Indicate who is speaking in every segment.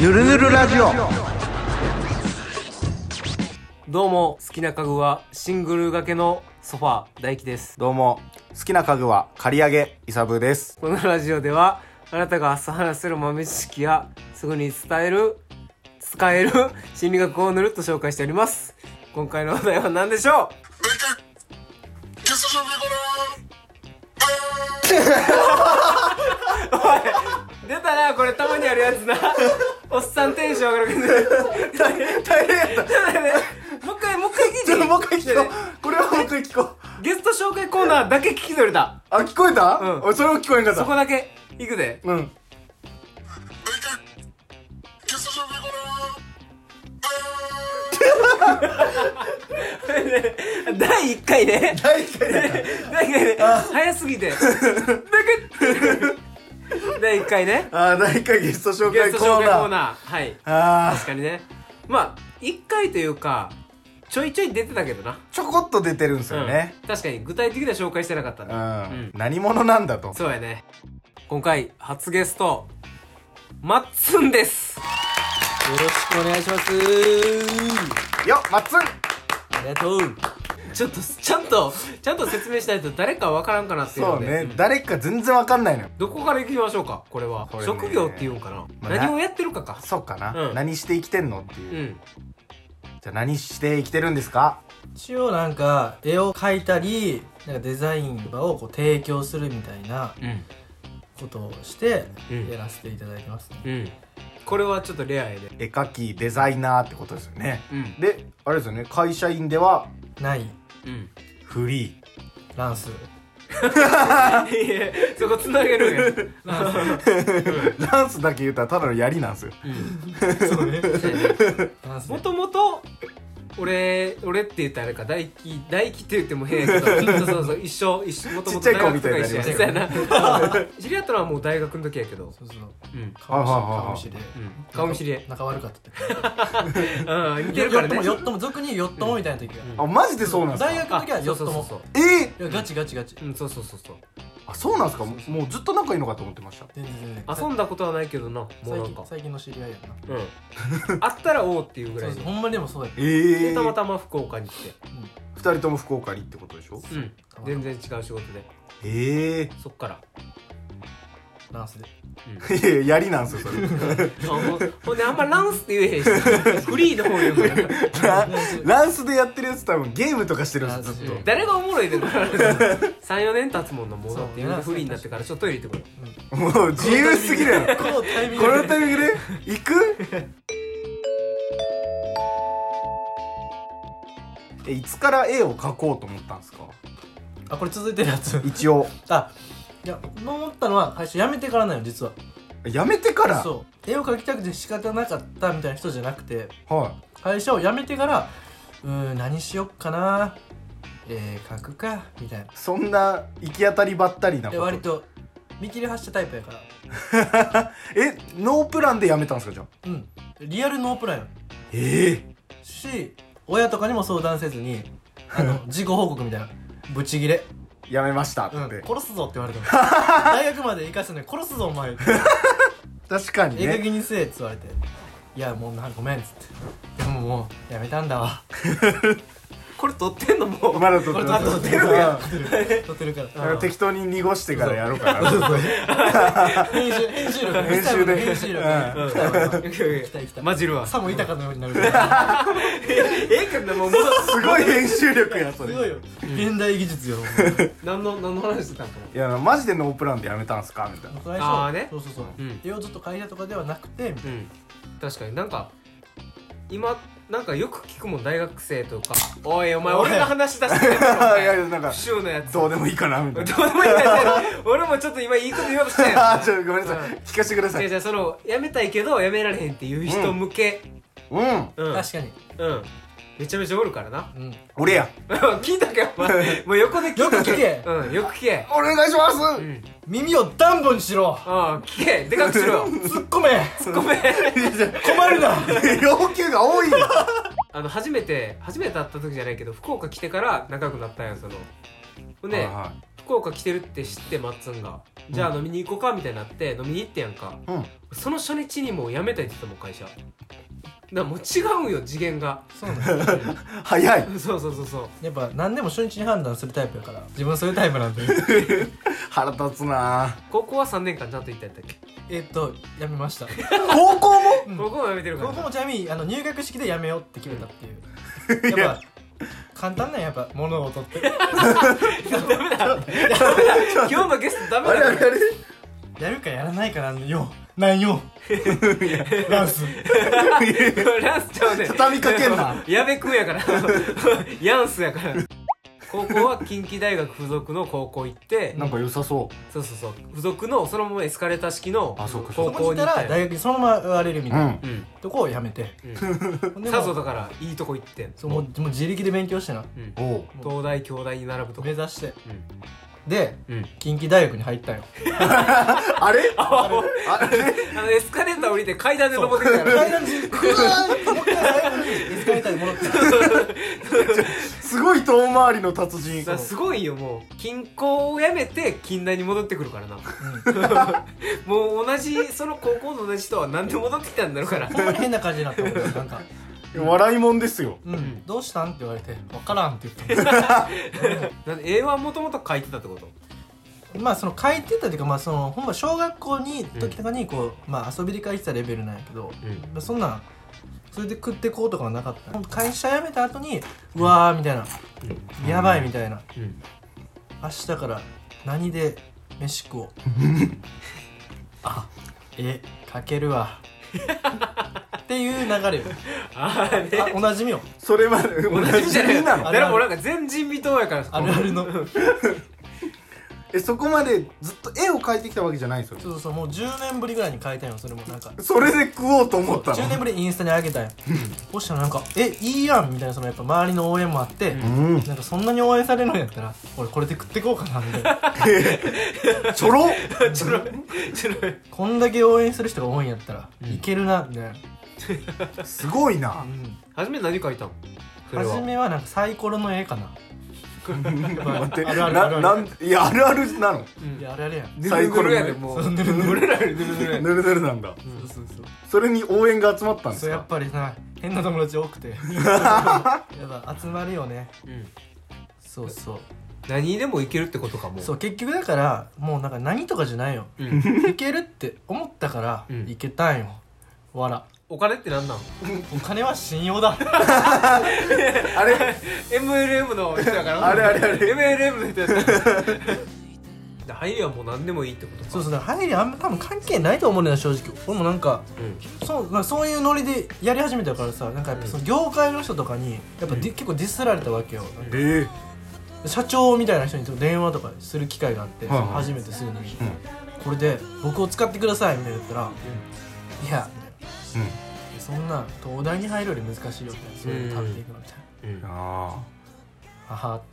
Speaker 1: ぬるぬるラジオ
Speaker 2: どうも、好きな家具はシングル掛けのソファー、大輝です。
Speaker 3: どうも、好きな家具は借り上げ、イサブです。
Speaker 2: このラジオでは、あなたが朝話せる豆知識や、すぐに伝える、使える心理学をぬるっと紹介しております。今回のお題は何でしょ う出たな、これたまにあるやつな。おっさんテンション上がるけど。
Speaker 3: 大変やっ
Speaker 2: ちょっと待ってもう一回、もう一回聞いていい
Speaker 3: た。もう一回聞こう。これはもう一回聞こう。
Speaker 2: ゲスト紹介コーナーだけ聞き取れた。
Speaker 3: あ、聞こえた
Speaker 2: うん
Speaker 3: 俺、それも聞こえんかっ
Speaker 2: そ
Speaker 3: た。
Speaker 2: こだけ。いくで。
Speaker 3: うん。
Speaker 2: 第1回で、 ね、
Speaker 3: 大変
Speaker 2: 第1回で、早すぎて。第1回 ね。
Speaker 3: あー、第一回ゲスト紹
Speaker 2: ゲ
Speaker 3: 介
Speaker 2: スト
Speaker 3: コ
Speaker 2: 紹
Speaker 3: ー
Speaker 2: 介コ
Speaker 3: ナ
Speaker 2: ー
Speaker 3: ー。
Speaker 2: ナー。はい。
Speaker 3: あ
Speaker 2: 確かにね。まあ、1回というか、ちょいちょい出てたけどな。
Speaker 3: ー、ちょこっと出てるんですよね。
Speaker 2: うん確かに具体的な紹介してなかった
Speaker 3: う
Speaker 2: ね。
Speaker 3: ん。何者なんだと。
Speaker 2: そうやね。今回、初ゲスト、マッツンです。よろしくお願いします。
Speaker 3: よっ、まっつん
Speaker 2: ありがとう。ちょっと、ちゃんと、ちゃんと説明しないと誰かわからんかなっていう
Speaker 3: そ
Speaker 2: の
Speaker 3: う
Speaker 2: で。
Speaker 3: ね
Speaker 2: ん、
Speaker 3: 誰か全然わかんないのよ。
Speaker 2: どこから行きましょうか、これは。
Speaker 3: これね
Speaker 2: 職業っていうんかな、
Speaker 3: まあな
Speaker 2: 何をやってるかか。
Speaker 3: そうか
Speaker 2: う
Speaker 3: な。
Speaker 2: ん
Speaker 3: 何して生きてんのって
Speaker 2: う
Speaker 3: いう。
Speaker 2: ん。
Speaker 3: じゃあ、何して生きてるんですか
Speaker 4: 一応なんか絵を描いたりなんかデザインとかをこう提供するみたいな
Speaker 2: うん。
Speaker 4: ことをして
Speaker 2: うん
Speaker 4: やらせていただいてますね、
Speaker 2: うん。これはちょっとレアやで。
Speaker 3: 絵描き、デザイナーってことですよね。
Speaker 2: うん。
Speaker 3: で、あれですよね、会社員では
Speaker 4: ない
Speaker 2: うん。
Speaker 3: フリー。
Speaker 4: ランス
Speaker 2: いやそこつなげ るんや。
Speaker 3: ランスだけ言うたらただの槍なんですよ。
Speaker 2: うん。
Speaker 4: そうねランス
Speaker 2: も
Speaker 4: ね
Speaker 2: ともと、俺、俺って言ったらあれか、大輝、大輝って言っても変 やけど、そうそうそう、一緒、一緒、もと
Speaker 3: ち
Speaker 2: も
Speaker 3: っ
Speaker 2: と
Speaker 3: ちゃい
Speaker 2: 大
Speaker 3: 子
Speaker 2: 学
Speaker 3: み
Speaker 2: と
Speaker 3: た
Speaker 2: か
Speaker 3: いになり
Speaker 2: 一緒
Speaker 3: ま
Speaker 2: や。
Speaker 3: す
Speaker 2: そうやな。知り合ったのはもう大学の時やけど。
Speaker 4: そうそう
Speaker 2: うん。
Speaker 4: 顔見知
Speaker 3: は
Speaker 4: り
Speaker 3: いはいはいはい
Speaker 4: 顔見知りで
Speaker 2: うん。顔見知りや。
Speaker 4: 仲悪かったって
Speaker 2: うん、似て
Speaker 4: よ
Speaker 2: るから
Speaker 4: っと
Speaker 2: ね
Speaker 4: も。よっとも俗によっともみたいな時が、
Speaker 2: うん
Speaker 3: あ、マジでそうなんですか
Speaker 4: 大学の時はよっとも
Speaker 2: そうそうそう
Speaker 3: えー
Speaker 4: いやガチガチガチ
Speaker 2: そう。うん、そうそうそうそう。
Speaker 3: あ、そうなんですかもうもうずっと仲いいのかと思ってました。
Speaker 4: 全然全然
Speaker 2: 遊んだことはないけどな、もうな
Speaker 4: 最
Speaker 2: ん
Speaker 4: 近
Speaker 2: か。
Speaker 4: 最近の知り合いやな
Speaker 2: うん。 あったらおうっていうぐ
Speaker 4: そ
Speaker 2: らい
Speaker 4: うそ
Speaker 2: で
Speaker 4: う。ほんまにでもそうやっ
Speaker 3: え
Speaker 2: で、
Speaker 3: ー、
Speaker 2: たまたま福岡に来て。
Speaker 3: 二人とも福岡にってことでしょ
Speaker 2: うん。全然違う仕事で。
Speaker 3: ええ
Speaker 2: そっから。
Speaker 4: たランスで
Speaker 2: うん。
Speaker 3: ー、 いや槍なんですよ、それ。
Speaker 2: あほんほんで、あんまランスって言えへんし。 フリーの方言うから。
Speaker 3: ラランスでやってるやつ多分ゲームとかしてるんです
Speaker 4: ラ
Speaker 3: よ、
Speaker 4: ンス
Speaker 3: ず
Speaker 4: で
Speaker 3: っと。
Speaker 2: 誰がおもろいでこれ。3、4年経つもんな、もうだって。
Speaker 4: そう
Speaker 2: フリーになってからちょっとトイレ行ってくる。
Speaker 3: もう自由すぎるやろ。
Speaker 4: このタイミン
Speaker 3: こ
Speaker 4: グ
Speaker 3: の
Speaker 4: で
Speaker 3: タイミングで行くえ、いつから絵を描こうと思ったんですか
Speaker 4: あこれ続いてるやつ
Speaker 3: 一応。
Speaker 4: あいや思ったのは最初やめてからなんよ実は
Speaker 3: やめてから
Speaker 4: そう絵を描きたくて仕方なかったみたいな人じゃなくて
Speaker 3: は。
Speaker 4: 会社を辞めてからうーん何しよっかなえー、描くかみたいない
Speaker 3: そんな行き当たりばったりなこ
Speaker 4: で
Speaker 3: と。
Speaker 4: 割と見切り発車タイプやから
Speaker 3: えノープランでやめたんですかじゃあ
Speaker 4: うんリアルノープランや
Speaker 3: ええ
Speaker 4: し親とかにも相談せずにあ の自己報告みたいなブチギレ、
Speaker 3: やめましたって、
Speaker 4: うん、殺すぞって 言われても大学まで行かせない殺すぞお前
Speaker 3: 確かに
Speaker 4: 絵描
Speaker 3: ね
Speaker 4: きにせえって言われていやもうなごめんっつってでももうやめたんだわ
Speaker 2: これ撮ってんのもう。
Speaker 3: まだ撮って
Speaker 4: これ撮ってるやん
Speaker 3: うん
Speaker 4: 撮ってるから
Speaker 3: だから適当に濁してからやろうかな
Speaker 4: 編集編集力
Speaker 3: 編集で
Speaker 4: 編集力
Speaker 3: うん
Speaker 4: 来た来た
Speaker 2: 混じるわ。
Speaker 4: さも痛かのようになるぐらい
Speaker 2: ええかな、もう戻す。
Speaker 3: すごい編集力やそ
Speaker 4: す
Speaker 3: れ
Speaker 4: ごいよ現代技術よ
Speaker 2: 何の、何の話してたんか
Speaker 3: いやマジでノープランでやめたんすかみたいな
Speaker 4: 最
Speaker 2: あーね
Speaker 4: そうそうそう
Speaker 2: うん
Speaker 4: 絵をずっと描いたとかではなくて
Speaker 2: うん確かになんか今なんかよく聞くもん大学生とか「おいお前
Speaker 4: おい
Speaker 2: 俺が話し出してるやろお
Speaker 3: あいやい
Speaker 2: 前
Speaker 3: やなんか
Speaker 2: 不臭のやつ」
Speaker 3: どうでもいいかなみた
Speaker 2: ど
Speaker 3: いう な
Speaker 2: でもいいやつ俺もちょっと今いいこと言おうとしたよ
Speaker 3: あ ーちょっとごめんなさい聞かせてくださ
Speaker 2: 違う
Speaker 3: い
Speaker 2: 違うそのやめたいけどやめられへんっていう人向け
Speaker 3: うん
Speaker 2: うん、うん
Speaker 4: 確かに
Speaker 2: めちゃめちゃおるから な
Speaker 4: うん
Speaker 3: 俺や
Speaker 2: 聞いたかお前 もう横で聞いた
Speaker 4: よく聞け
Speaker 2: うんよく聞け
Speaker 3: お願いします、
Speaker 2: うん
Speaker 4: 耳をダンボにしろ
Speaker 2: ああ聞けでかくしろよ
Speaker 4: 突っ込め
Speaker 2: ご めん
Speaker 4: 困るな
Speaker 3: 要求が多いよ
Speaker 2: あの初めて初めて会った時じゃないけど福岡来てから仲良くなったんやそのほんで、
Speaker 3: はいは
Speaker 2: 福岡来てるって知ってマッツンがじゃあ飲みに行こうかみたいになって飲みに行ってやんか
Speaker 3: うん
Speaker 2: その初日にもう辞めたいって言ってたもん会社だからもう違うんよ次元が
Speaker 4: そうなんだ
Speaker 3: 早い
Speaker 2: そうそうそうそう
Speaker 4: やっぱ何でも初日に判断するタイプやから自分はそういうタイプなんで
Speaker 3: 腹立つ な
Speaker 2: 高校は3年間ちゃんと行ったやったっけ
Speaker 4: えっとやめました
Speaker 3: 高校も
Speaker 4: うん
Speaker 2: 高校は辞めてるから
Speaker 4: 僕もちなみにあの入学式でやめようって決めたっていう
Speaker 3: いや
Speaker 4: やっぱ簡単なんややっぱ物を取って
Speaker 2: 今日のゲストダメ
Speaker 3: あれあ
Speaker 2: だ
Speaker 3: れあれ
Speaker 4: やるかやらないかなんよなんよダンス
Speaker 2: よラスちゃうね
Speaker 3: 畳みかけんな
Speaker 2: 矢部君やから ヤンスやから高校は近畿大学附属の高校行って
Speaker 3: なんか良さそう
Speaker 2: そうそうそう付属のそのままエスカレーター式の
Speaker 3: あそうか
Speaker 2: 高
Speaker 4: そこ
Speaker 2: 校
Speaker 4: にい
Speaker 2: に行
Speaker 4: た
Speaker 2: っ
Speaker 4: ら
Speaker 2: たよ
Speaker 4: 大学にそのまま上がれるみたいな
Speaker 3: うん
Speaker 2: うん
Speaker 4: とこをやめてほんで
Speaker 2: さ
Speaker 4: も
Speaker 2: ぞ
Speaker 4: う
Speaker 2: だからいいとこ行ってん
Speaker 4: そうもうもう自力で勉強してな
Speaker 2: うん
Speaker 3: おう
Speaker 2: 東大京大に並ぶとこ
Speaker 4: 目指して
Speaker 2: う
Speaker 4: で
Speaker 2: んうん
Speaker 4: 近畿大学に入ったよ
Speaker 3: あれ
Speaker 2: あもう
Speaker 3: あれ
Speaker 2: あのエスカレーター降りて階段で登ってきたから
Speaker 4: 階段でくわーもう一回最後にエスカレーターに戻って
Speaker 3: すごい遠回りの達人
Speaker 2: さすごいよもう近郊を辞めて近大に戻ってくるからな もう同じその高校の同じ人は何で戻ってきたんだろうから
Speaker 4: ほんまに変な感じになったもんなんか
Speaker 3: 笑いもんですよ
Speaker 4: うん、どうしたんって言われて「分からん」って言った
Speaker 2: なんで絵はもともと書いてたってこと
Speaker 4: まあその書いてたっていうかまあそのほんま小学校に時とかにこう、まあ遊びで書いてたレベルなんやけど、
Speaker 2: うん
Speaker 4: まあ、そんなんそれで食ってこうとかはなかった会社辞めた後にうわーみたいな、やばいみたいな
Speaker 2: うん
Speaker 4: 明日から何で飯食おう あえかける わっていう流れよ
Speaker 2: ああね
Speaker 4: あおなじみよ
Speaker 3: それまで同じ
Speaker 2: じゃない
Speaker 3: 人なの
Speaker 4: あ
Speaker 2: でもなんか全人未到やから
Speaker 4: あるあるの
Speaker 3: えそこまでずっと絵を描いてきたわけじゃないんです
Speaker 4: そ
Speaker 3: よ
Speaker 4: うそうそうもう10年ぶりぐらいに書いたんよそれもなんか
Speaker 3: それで食おうと思ったの
Speaker 4: 10年ぶりにインスタに上げたんやそしたらなんか「えいいやん」みたいなそのやっぱ周りの応援もあって、
Speaker 3: うん
Speaker 4: なんかそんなに応援されるんやったら俺これで食ってこうかなみたいな
Speaker 3: ちょろ
Speaker 2: ちょろいちょろい
Speaker 4: こんだけ応援する人が多いんやったら、いけるなみたいな、
Speaker 3: すごいな
Speaker 2: 初め何書いたのそれは
Speaker 4: 初めはなんかサイコロの絵かな、
Speaker 3: 待って
Speaker 4: あるあるある
Speaker 3: ななんいやあるあるなの
Speaker 2: うん
Speaker 4: いやあれあれやん
Speaker 2: ぬるぬるやで
Speaker 3: サイコロの
Speaker 2: も
Speaker 4: そううぬるぬる
Speaker 2: 俺らよりぬるぬるやで
Speaker 3: ぬるぬるなんだ
Speaker 4: そうそうそう
Speaker 3: それに応援が集まったんで
Speaker 4: そ
Speaker 3: す
Speaker 4: うやっ
Speaker 3: か
Speaker 4: ぱりさ変な友達多くてやっぱ集まるよね
Speaker 2: うん
Speaker 4: そうそう
Speaker 2: 何にでもいけるってことかもう
Speaker 4: そう結局だからもうなんか何とかじゃないよ
Speaker 2: うん
Speaker 4: いけるって思ったから、
Speaker 2: うん
Speaker 4: いけたんよわら
Speaker 2: お金って何なの
Speaker 4: お金は信用だ
Speaker 3: あ れ
Speaker 2: MLM の人やから
Speaker 3: あれあれあ
Speaker 2: MLM の人やから入りはもう何でもいいってことか
Speaker 4: そうそうだから入りあんま多分関係ないと思うのよ正直俺もなんか
Speaker 2: うん
Speaker 4: そうまあそういうノリでやり始めたからさなんかやっぱその業界の人とかにやっぱディ、結構ディスられたわけよなんか
Speaker 3: え
Speaker 4: 社長みたいな人に電話とかする機会があって、
Speaker 3: はいはい
Speaker 4: 初めてするのに、これで僕を使ってくださいみたいな言ったら、いや
Speaker 3: うん
Speaker 4: そんな東大に入るより難しいよみたいなそういうの食べていくのみたいな、
Speaker 2: うん
Speaker 3: あ
Speaker 4: 母って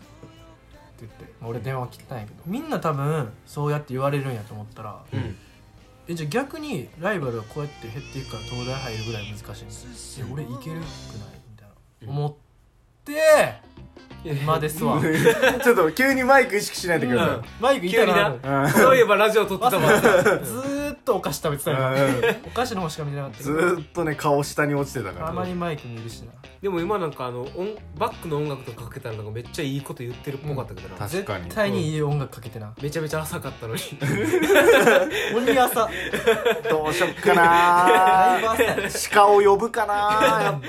Speaker 4: 言ってまあ俺電話切ったんやけどみんな多分そうやって言われるんやと思ったら、
Speaker 2: うん
Speaker 4: えじゃあ逆にライバルはこうやって減っていくから東大入るぐらい難しいんですいや俺いけるくないみたいな思って今ですわ、
Speaker 3: あ ちょっと急にマイク意識しないでくださ
Speaker 4: マイクいたな
Speaker 2: 急に
Speaker 3: いうん
Speaker 2: そういえばラジオ撮ってたもん
Speaker 4: ずーっとお菓子食べてたよ
Speaker 3: うん
Speaker 4: お菓子の方しか見てなかったけ
Speaker 3: ず
Speaker 4: ど
Speaker 3: ーっとね顔下に落ちてたか
Speaker 4: あ
Speaker 3: ら
Speaker 4: まりマイク見るしな
Speaker 2: でも今なんかあの音バックの音楽とかかけたらなんかめっちゃいいこと言ってるっぽかったけどな、
Speaker 3: うん確かに
Speaker 4: 絶対にいい音楽かけてな
Speaker 2: めちゃめちゃ浅かった のに
Speaker 4: 鬼朝
Speaker 3: どうしよっかな
Speaker 4: だい ぶ朝やだ
Speaker 3: ー鹿を呼ぶかなーやっ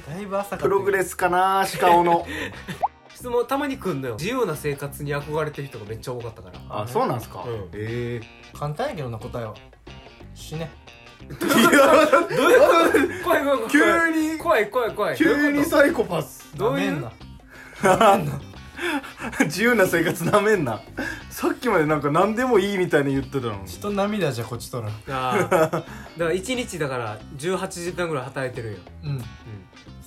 Speaker 3: ぱ
Speaker 4: いぶ朝か
Speaker 3: プログレスかなー鹿尾の
Speaker 2: 質問たまに来んのよ自由な生活に憧れてる人がめっちゃ多かっ たから
Speaker 3: あそうなんすか
Speaker 2: うん
Speaker 3: え
Speaker 4: 簡単やけどな答えは死ね
Speaker 3: えいや
Speaker 2: どういうこと怖い怖い怖 い
Speaker 3: 急に
Speaker 2: 怖い怖い怖いどう
Speaker 3: 急
Speaker 2: いう
Speaker 3: に
Speaker 2: こ
Speaker 3: サイコパス
Speaker 2: とどうい
Speaker 4: な
Speaker 2: う
Speaker 4: め
Speaker 2: ん
Speaker 4: な
Speaker 3: 自由な生活なめんなさっきまでなんか何でもいいみたいに言ってたのに
Speaker 4: 人涙じゃこっちとら
Speaker 2: ああだから1日だから18時間ぐらい働いてるんよ、
Speaker 4: うん
Speaker 2: うん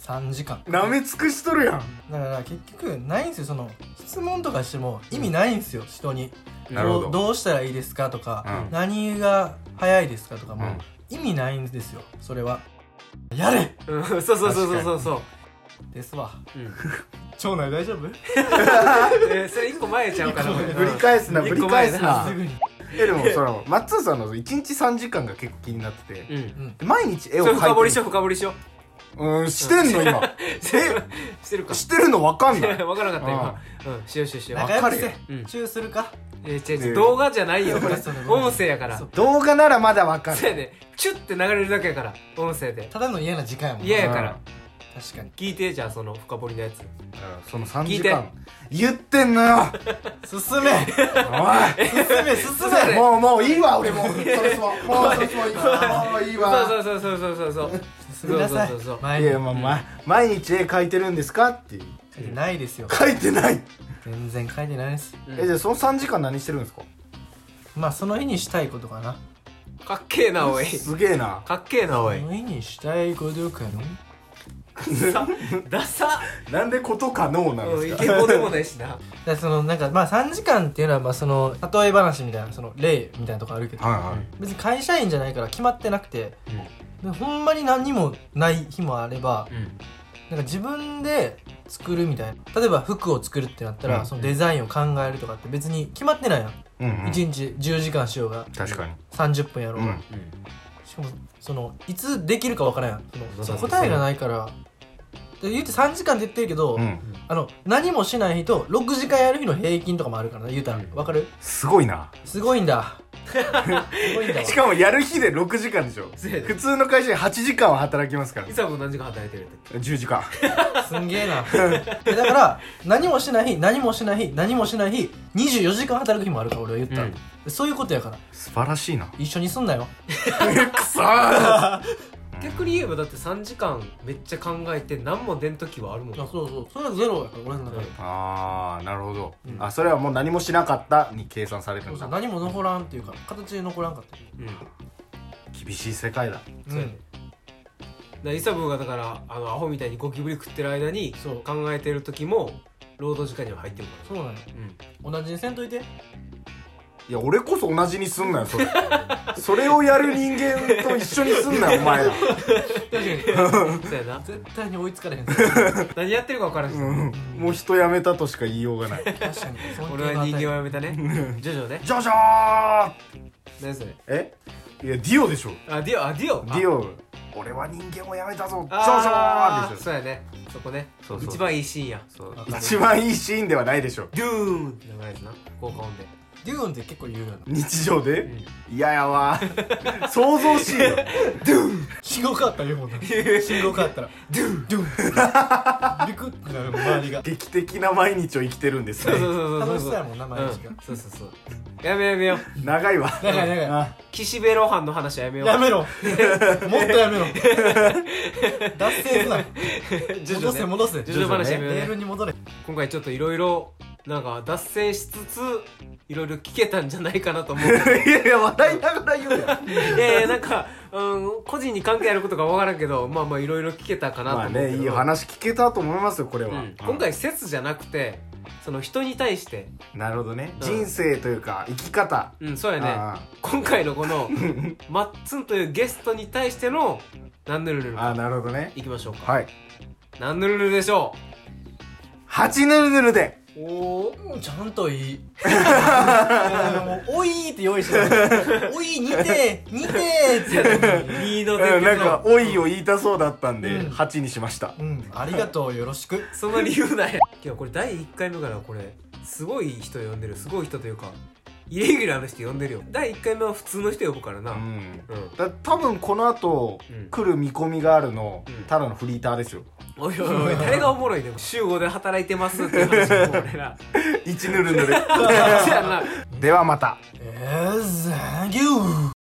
Speaker 4: 3時間
Speaker 3: なめ尽くしとるやん
Speaker 4: だから結局ないんですよその質問とかしても意味ないんですよ人に
Speaker 3: なるほど
Speaker 4: うどうしたらいいですかとか、
Speaker 3: うん
Speaker 4: 何が早いですかとかも、
Speaker 3: うん
Speaker 4: 意味ないんですよそれはやれ
Speaker 2: うんそうそうそうそうそうそう
Speaker 4: ですわ
Speaker 2: うん
Speaker 4: 町内大丈夫
Speaker 2: えーそれ一個前ちゃうから
Speaker 4: 一個前
Speaker 3: ぶり返すなぶり返す
Speaker 2: あ
Speaker 3: な
Speaker 4: すぐに
Speaker 3: えでもその松尾さんの1日3時間が結構気になってて、
Speaker 2: うん
Speaker 3: で毎日絵を
Speaker 2: それ深掘
Speaker 3: 描い
Speaker 2: りしてよ
Speaker 3: る
Speaker 2: う深掘りしよ
Speaker 3: うんしてんの今
Speaker 2: うしてるか
Speaker 3: え してるのわかんない
Speaker 2: 分からなかった今うんしようしようしよ
Speaker 4: 仲良く
Speaker 3: わ
Speaker 4: せ
Speaker 3: か
Speaker 2: うん
Speaker 4: チューするか
Speaker 2: うえー違う違
Speaker 3: ね
Speaker 2: う動画じゃないよこれ
Speaker 4: そうね
Speaker 2: 音声やから
Speaker 4: そう
Speaker 3: 動画ならまだわか
Speaker 2: そうや
Speaker 3: る
Speaker 2: でチュッて流れるだけやから音声で
Speaker 4: ただの嫌な時間やもんな
Speaker 2: 嫌やから
Speaker 4: 確かに
Speaker 2: 聞いてじゃあその深掘りのやつ
Speaker 3: うんその3
Speaker 2: 聞い
Speaker 3: 時
Speaker 2: て
Speaker 3: 間言ってんのよ
Speaker 4: 進め
Speaker 3: お い
Speaker 4: 進め進め
Speaker 3: もうもういいわ俺もうそ ろそろもうそろそろいいわもういいわ
Speaker 2: そうそうそうそうそうそう
Speaker 4: 進みなさい
Speaker 2: そうそうそうそう
Speaker 4: 前
Speaker 3: い
Speaker 4: に
Speaker 3: やまあ、ま、毎日絵描いてるんですかっていう
Speaker 4: 書いてないですよ
Speaker 3: 描いてない
Speaker 4: 全然書いてないです
Speaker 2: うん
Speaker 3: えじゃあその3時間何してるんですか
Speaker 4: まあその日にしたいことかな
Speaker 2: かっけえな おい
Speaker 3: すげえな
Speaker 2: かっけえなお
Speaker 4: そ
Speaker 2: い
Speaker 4: の日にしたいことかな
Speaker 2: さダサ
Speaker 3: なんでことかのうなん
Speaker 2: うん
Speaker 3: で
Speaker 2: イ
Speaker 3: す
Speaker 2: ケ
Speaker 3: か
Speaker 2: ボでもないしな
Speaker 4: でそのなんかまあ3時間っていうのはまあその例え話みたいなその例みたいなとこあるけど
Speaker 3: はいはい
Speaker 4: 別に会社員じゃないから決まってなくてでほんまに何にもない日もあれば
Speaker 2: う
Speaker 4: なんか自分で作るみたいな例えば服を作るってなったら、
Speaker 3: うん
Speaker 4: そのデザインを考えるとかって別に決まってないやん、
Speaker 3: うんうん
Speaker 4: 1日10時間しようが
Speaker 3: 確かに
Speaker 4: 30分やろう
Speaker 3: う
Speaker 4: が、
Speaker 3: ん
Speaker 2: ん
Speaker 4: しかもそのいつできるかわからんやんその
Speaker 2: そう
Speaker 4: その
Speaker 2: そう
Speaker 4: 答えがないからで言うて3時間って言ってるけど、
Speaker 3: うん
Speaker 4: あの何もしない日と6時間やる日の平均とかもあるからね言うたら
Speaker 2: うん
Speaker 4: わかる
Speaker 3: すごいな
Speaker 4: すごい んだすごいんだわ
Speaker 3: しかもやる日で6時間でしょ
Speaker 2: そうやで
Speaker 3: 普通の会社で8時間は働きますから
Speaker 2: いさも何時間働いてるんだっ
Speaker 3: 10時間
Speaker 4: すんげえなえだから何もしない日何もしない日何もしない日24時間働く日もあるから俺は言ったら、
Speaker 2: うん
Speaker 4: そういうことやから
Speaker 3: 素晴らしいな
Speaker 4: 一緒にすんなよ
Speaker 3: くそー
Speaker 2: け逆に言えばだって3時間めっちゃ考えて何も出ん時はあるもん
Speaker 4: あそうそうそれはゼロやから俺の中で、
Speaker 3: ああなるほど、
Speaker 4: うん
Speaker 3: あそれはもう何もしなかったに計算されて
Speaker 4: そ
Speaker 3: る
Speaker 4: うんそう
Speaker 3: だ
Speaker 4: 何も残らんっていうか形に残らんかった
Speaker 2: うん
Speaker 3: 厳しい世界だ
Speaker 2: そうやねだイサブがだからあのアホみたいにゴキブリ食ってる間に
Speaker 4: そう
Speaker 2: 考えてる時も労働時間には入ってるから
Speaker 4: そうなんや
Speaker 2: うん
Speaker 4: 同じにせんといて
Speaker 3: いや俺こそ同じにすんなよそれそれをやる人間と一緒にすんなよお 前ら
Speaker 4: 確かに
Speaker 2: そうやな
Speaker 4: 絶対に追いつか れへん
Speaker 2: 何やってるか分からんし、
Speaker 3: うんもう人辞めたとしか言いようがない
Speaker 4: 確かに尊
Speaker 2: 俺
Speaker 4: 敬の
Speaker 2: は人間を
Speaker 4: 値
Speaker 2: やめたねジョジョね
Speaker 3: ジョジョー
Speaker 2: 何それ
Speaker 3: えいやディオでしょ
Speaker 2: あディオあディオ
Speaker 3: ディオ俺は人間をやめたぞジョジョー
Speaker 2: あー
Speaker 3: でし
Speaker 2: そうやねそこね
Speaker 3: そうそう
Speaker 2: 一番いいシーンや
Speaker 3: ょ
Speaker 4: あー
Speaker 3: そう一番いいシーンではないでしょ
Speaker 2: ドゥーンって名前ですな効果音で
Speaker 4: デューンって結構言うよな
Speaker 3: 日常で嫌やわ想像しいよ
Speaker 4: 信号変わったら言う もんな信号変わったらドゥンド ゥンビクッてなるもん周りが
Speaker 3: 劇的な毎日を生きてるんです
Speaker 2: そう
Speaker 3: ね
Speaker 2: そうそうそう
Speaker 4: 楽しそうやもんな毎日が
Speaker 2: うんそうそうそうやめようやめよう
Speaker 3: 長いわ
Speaker 4: 長い長い
Speaker 3: あ
Speaker 2: 岸辺露伴の話はやめよう
Speaker 4: や めろもっとやめろ脱線すな
Speaker 2: 徐々
Speaker 4: 戻せ
Speaker 2: ね
Speaker 4: 戻せ
Speaker 2: 徐々話
Speaker 4: レ
Speaker 2: やめようね
Speaker 4: ールに戻れ
Speaker 2: 今回ちょっといろいろなんか脱線しつついろいろ聞けたんじゃないかなと思う
Speaker 3: いやいや笑いながら言うやん
Speaker 2: いやいやなんか、うん、個人に関係あることが分からんけどまあまあいろいろ聞けたかなと
Speaker 3: ま
Speaker 2: 思
Speaker 3: あ
Speaker 2: うけど、
Speaker 3: ねいい話聞けたと思いますよこれ
Speaker 2: う
Speaker 3: は、
Speaker 2: ん、今回説じゃなくてその人に対して
Speaker 3: なるほどね、
Speaker 2: うん
Speaker 3: 人生というか生き方
Speaker 2: うんそうやね
Speaker 3: あ
Speaker 2: 今回のこのマッツンというゲストに対しての何ぬるぬ
Speaker 3: ー
Speaker 2: る
Speaker 3: あーなるほどね
Speaker 2: いきましょうか
Speaker 3: はい
Speaker 2: 何ぬるぬるでしょ
Speaker 3: 8ぬるぬるで
Speaker 2: うお
Speaker 4: うんちゃんと いいいやもう「おい」って用意し てる「おい」似て似てってやつ
Speaker 2: ーいい
Speaker 3: うん
Speaker 2: ので
Speaker 3: なんか「おい」を言いたそうだったんで、
Speaker 4: うん
Speaker 3: 8にしました
Speaker 4: うんありがとうよろしく
Speaker 2: その理由なんや今日これ第1回目からこれすごい人呼んでるすごい人というかイレギュラーの人呼んでるよ第1回目は普通の人呼ぶからな
Speaker 3: う
Speaker 2: うん
Speaker 3: んだ多分この後、
Speaker 2: うん
Speaker 3: 来る見込みがあるの、
Speaker 2: うん
Speaker 3: ただのフリーターですよ
Speaker 2: おいおい おい誰がおもろいねん週5で働いてますっていう話も俺ら
Speaker 3: 1ぬるぬる
Speaker 2: そやな
Speaker 3: ではまた
Speaker 4: えー、ザギュー